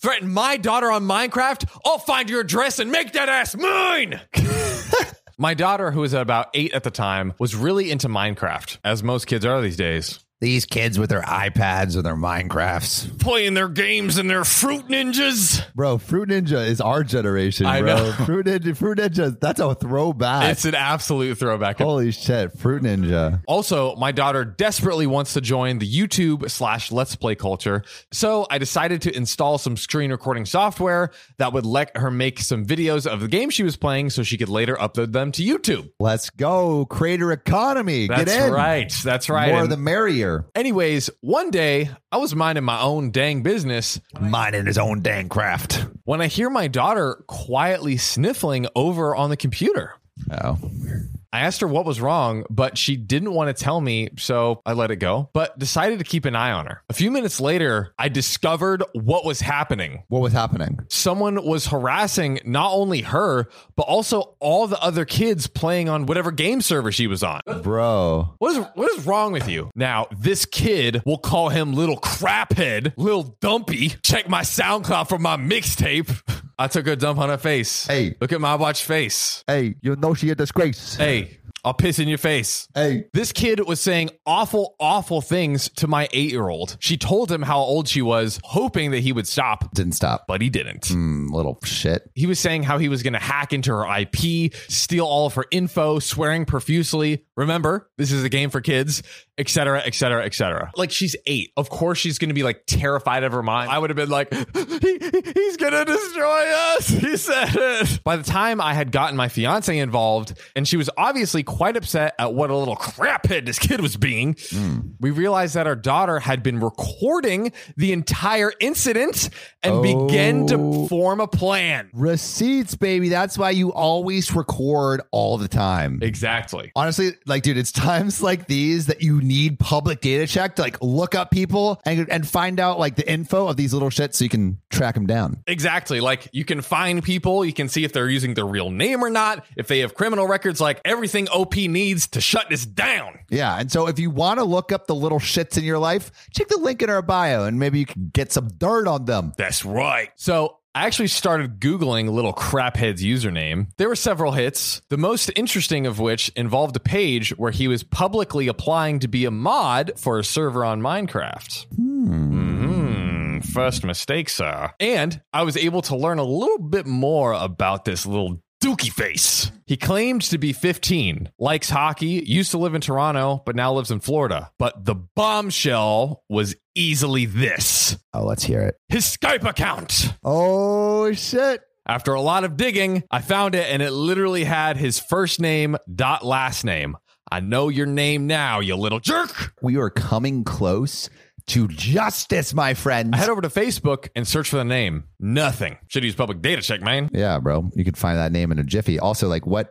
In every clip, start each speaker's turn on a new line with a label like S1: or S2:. S1: threaten my daughter on Minecraft, I'll find your address and make that ass mine. my daughter, who was about eight at the time, was really into Minecraft, as most kids are these days.
S2: These kids with their iPads and their Minecrafts.
S1: Playing their games and their fruit ninjas.
S3: Bro, Fruit Ninja is our generation,
S1: I
S3: bro.
S1: know.
S3: Fruit Ninja, Fruit Ninja, that's a throwback.
S1: It's an absolute throwback.
S3: Holy shit, Fruit Ninja.
S1: Also, my daughter desperately wants to join the YouTube slash Let's Play culture. So I decided to install some screen recording software that would let her make some videos of the game she was playing so she could later upload them to YouTube.
S3: Let's go, creator economy.
S1: That's
S3: Get in.
S1: right. That's right.
S3: More
S1: And
S3: the merrier.
S1: anyways, one day I was minding my own dang business
S2: Mining his own dang craft.
S1: when I hear my daughter quietly sniffling over on the computer.
S3: Oh.
S1: I asked her what was wrong, but she didn't want to tell me, so I let it go, but decided to keep an eye on her. A few minutes later, I discovered what was happening.
S3: What was happening?
S1: Someone was harassing not only her, but also all the other kids playing on whatever game server she was on.
S3: Bro.
S1: What is what is wrong with you? Now, this kid will call him little craphead, little dumpy. Check my SoundCloud for my mixtape. I took a dump on her face.
S3: Hey.
S1: Look at my watch face.
S3: Hey, you know she a disgrace.
S1: Hey, I'll piss in your face.
S3: Hey.
S1: This kid was saying awful, awful things to my eight year old. She told him how old she was, hoping that he would stop,
S3: Didn't stop.
S1: but he didn't.
S3: Mm, little shit.
S1: He was saying how he was going to hack into her IP, steal all of her info, swearing profusely. Remember, this is a game for kids, et cetera, et cetera, et cetera. Like she's eight. Of course, she's going to be like terrified of her mind. I would have been like, he, he's going to destroy us. He said it. By the time I had gotten my fiance involved, and she was obviously quite upset at what a little craphead this kid was being, we realized that our daughter had been recording the entire incident and began to form a plan.
S3: Receipts, baby. That's why you always record all the time.
S1: Exactly.
S3: Honestly, like, dude, it's times like these that you need public data check to like look up people and, and find out like the info of these little shits so you can track them down.
S1: Exactly. Like you can find people, you can see if they're using their real name or not, if they have criminal records, like everything OP needs to shut this down.
S3: Yeah. And so if you want to look up the little shits in your life, check the link in our bio and maybe you can get some dirt on them.
S1: That's right. So I actually started Googling little craphead's username. There were several hits, the most interesting of which involved a page where he was publicly applying to be a mod for a server on Minecraft. Hmm. First mistake, sir. And I was able to learn a little bit more about this little dookie face. He claimed to be 15, likes hockey, used to live in Toronto, but now lives in Florida. But the bombshell was easily this
S3: Oh, let's hear it.
S1: his Skype account.
S3: Oh, shit.
S1: After a lot of digging, I found it and it literally had his first name dot last name. I know your name now, you little jerk.
S3: We are coming close to justice, my friends.
S1: I head over to Facebook and search for the name. Nothing. Should use public data check, man.
S3: yeah, bro. You can find that name in a jiffy. Also, like, what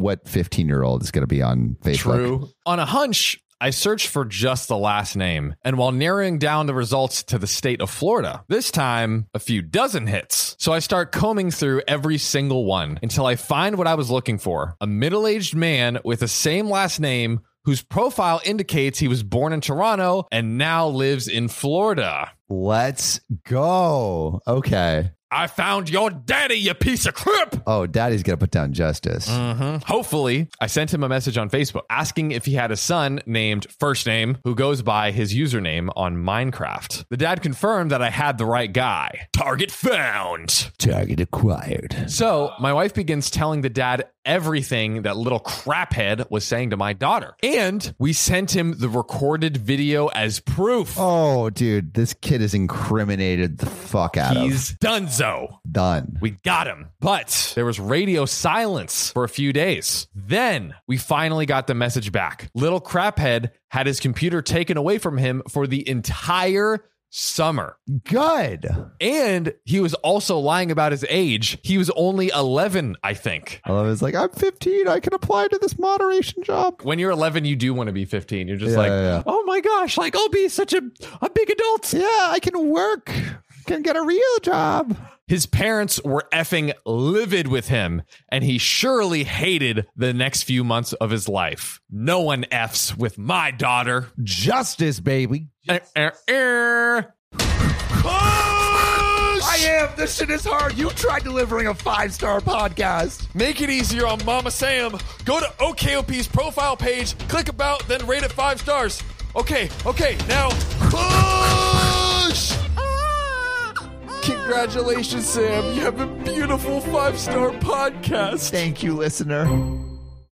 S3: what 15 year old is going to be on Facebook?
S1: On a hunch, I searched for just the last name, and while narrowing down the results to the state of Florida, this time a few dozen hits. So I start combing through every single one until I find what I was looking for a middle aged man with the same last name whose profile indicates he was born in Toronto and now lives in Florida.
S3: Let's go. Okay.
S1: I found your daddy, you piece of crap!
S3: Oh, daddy's going to put down justice.
S1: Uh. Mm-hmm. Hopefully, I sent him a message on Facebook asking if he had a son named first name who goes by his username on Minecraft. The dad confirmed that I had the right guy. Target found.
S3: Target acquired.
S1: So, my wife begins telling the dad everything that little craphead was saying to my daughter. And we sent him the recorded video as proof.
S3: Oh, dude, this kid is incriminated the fuck out of.
S1: He's donezo.
S3: Done.
S1: We got him. But there was radio silence for a few days. Then we finally got the message back. Little Craphead had his computer taken away from him for the entire summer.
S3: Good.
S1: And he was also lying about his age. He was only 11, I think.
S3: I love it's like, I'm 15. I can apply to this moderation job.
S1: When you're 11, you do want to be 15. You're just
S3: Yeah,
S1: like,
S3: yeah, yeah.
S1: oh my gosh, like I'll be such a, a big adult.
S3: Yeah, I can work. Can get a real job.
S1: His parents were effing livid with him, and he surely hated the next few months of his life. No one F's with my daughter.
S3: Justice, baby.
S1: Eh, eh, eh.
S2: I am. This shit is hard. You tried delivering a five star podcast.
S1: Make it easier on Mama Sam. Go to OKOP's profile page, click about, then rate it five stars. Okay, okay, now push! Congratulations, Sam. You have a beautiful five star podcast.
S3: Thank you, listener.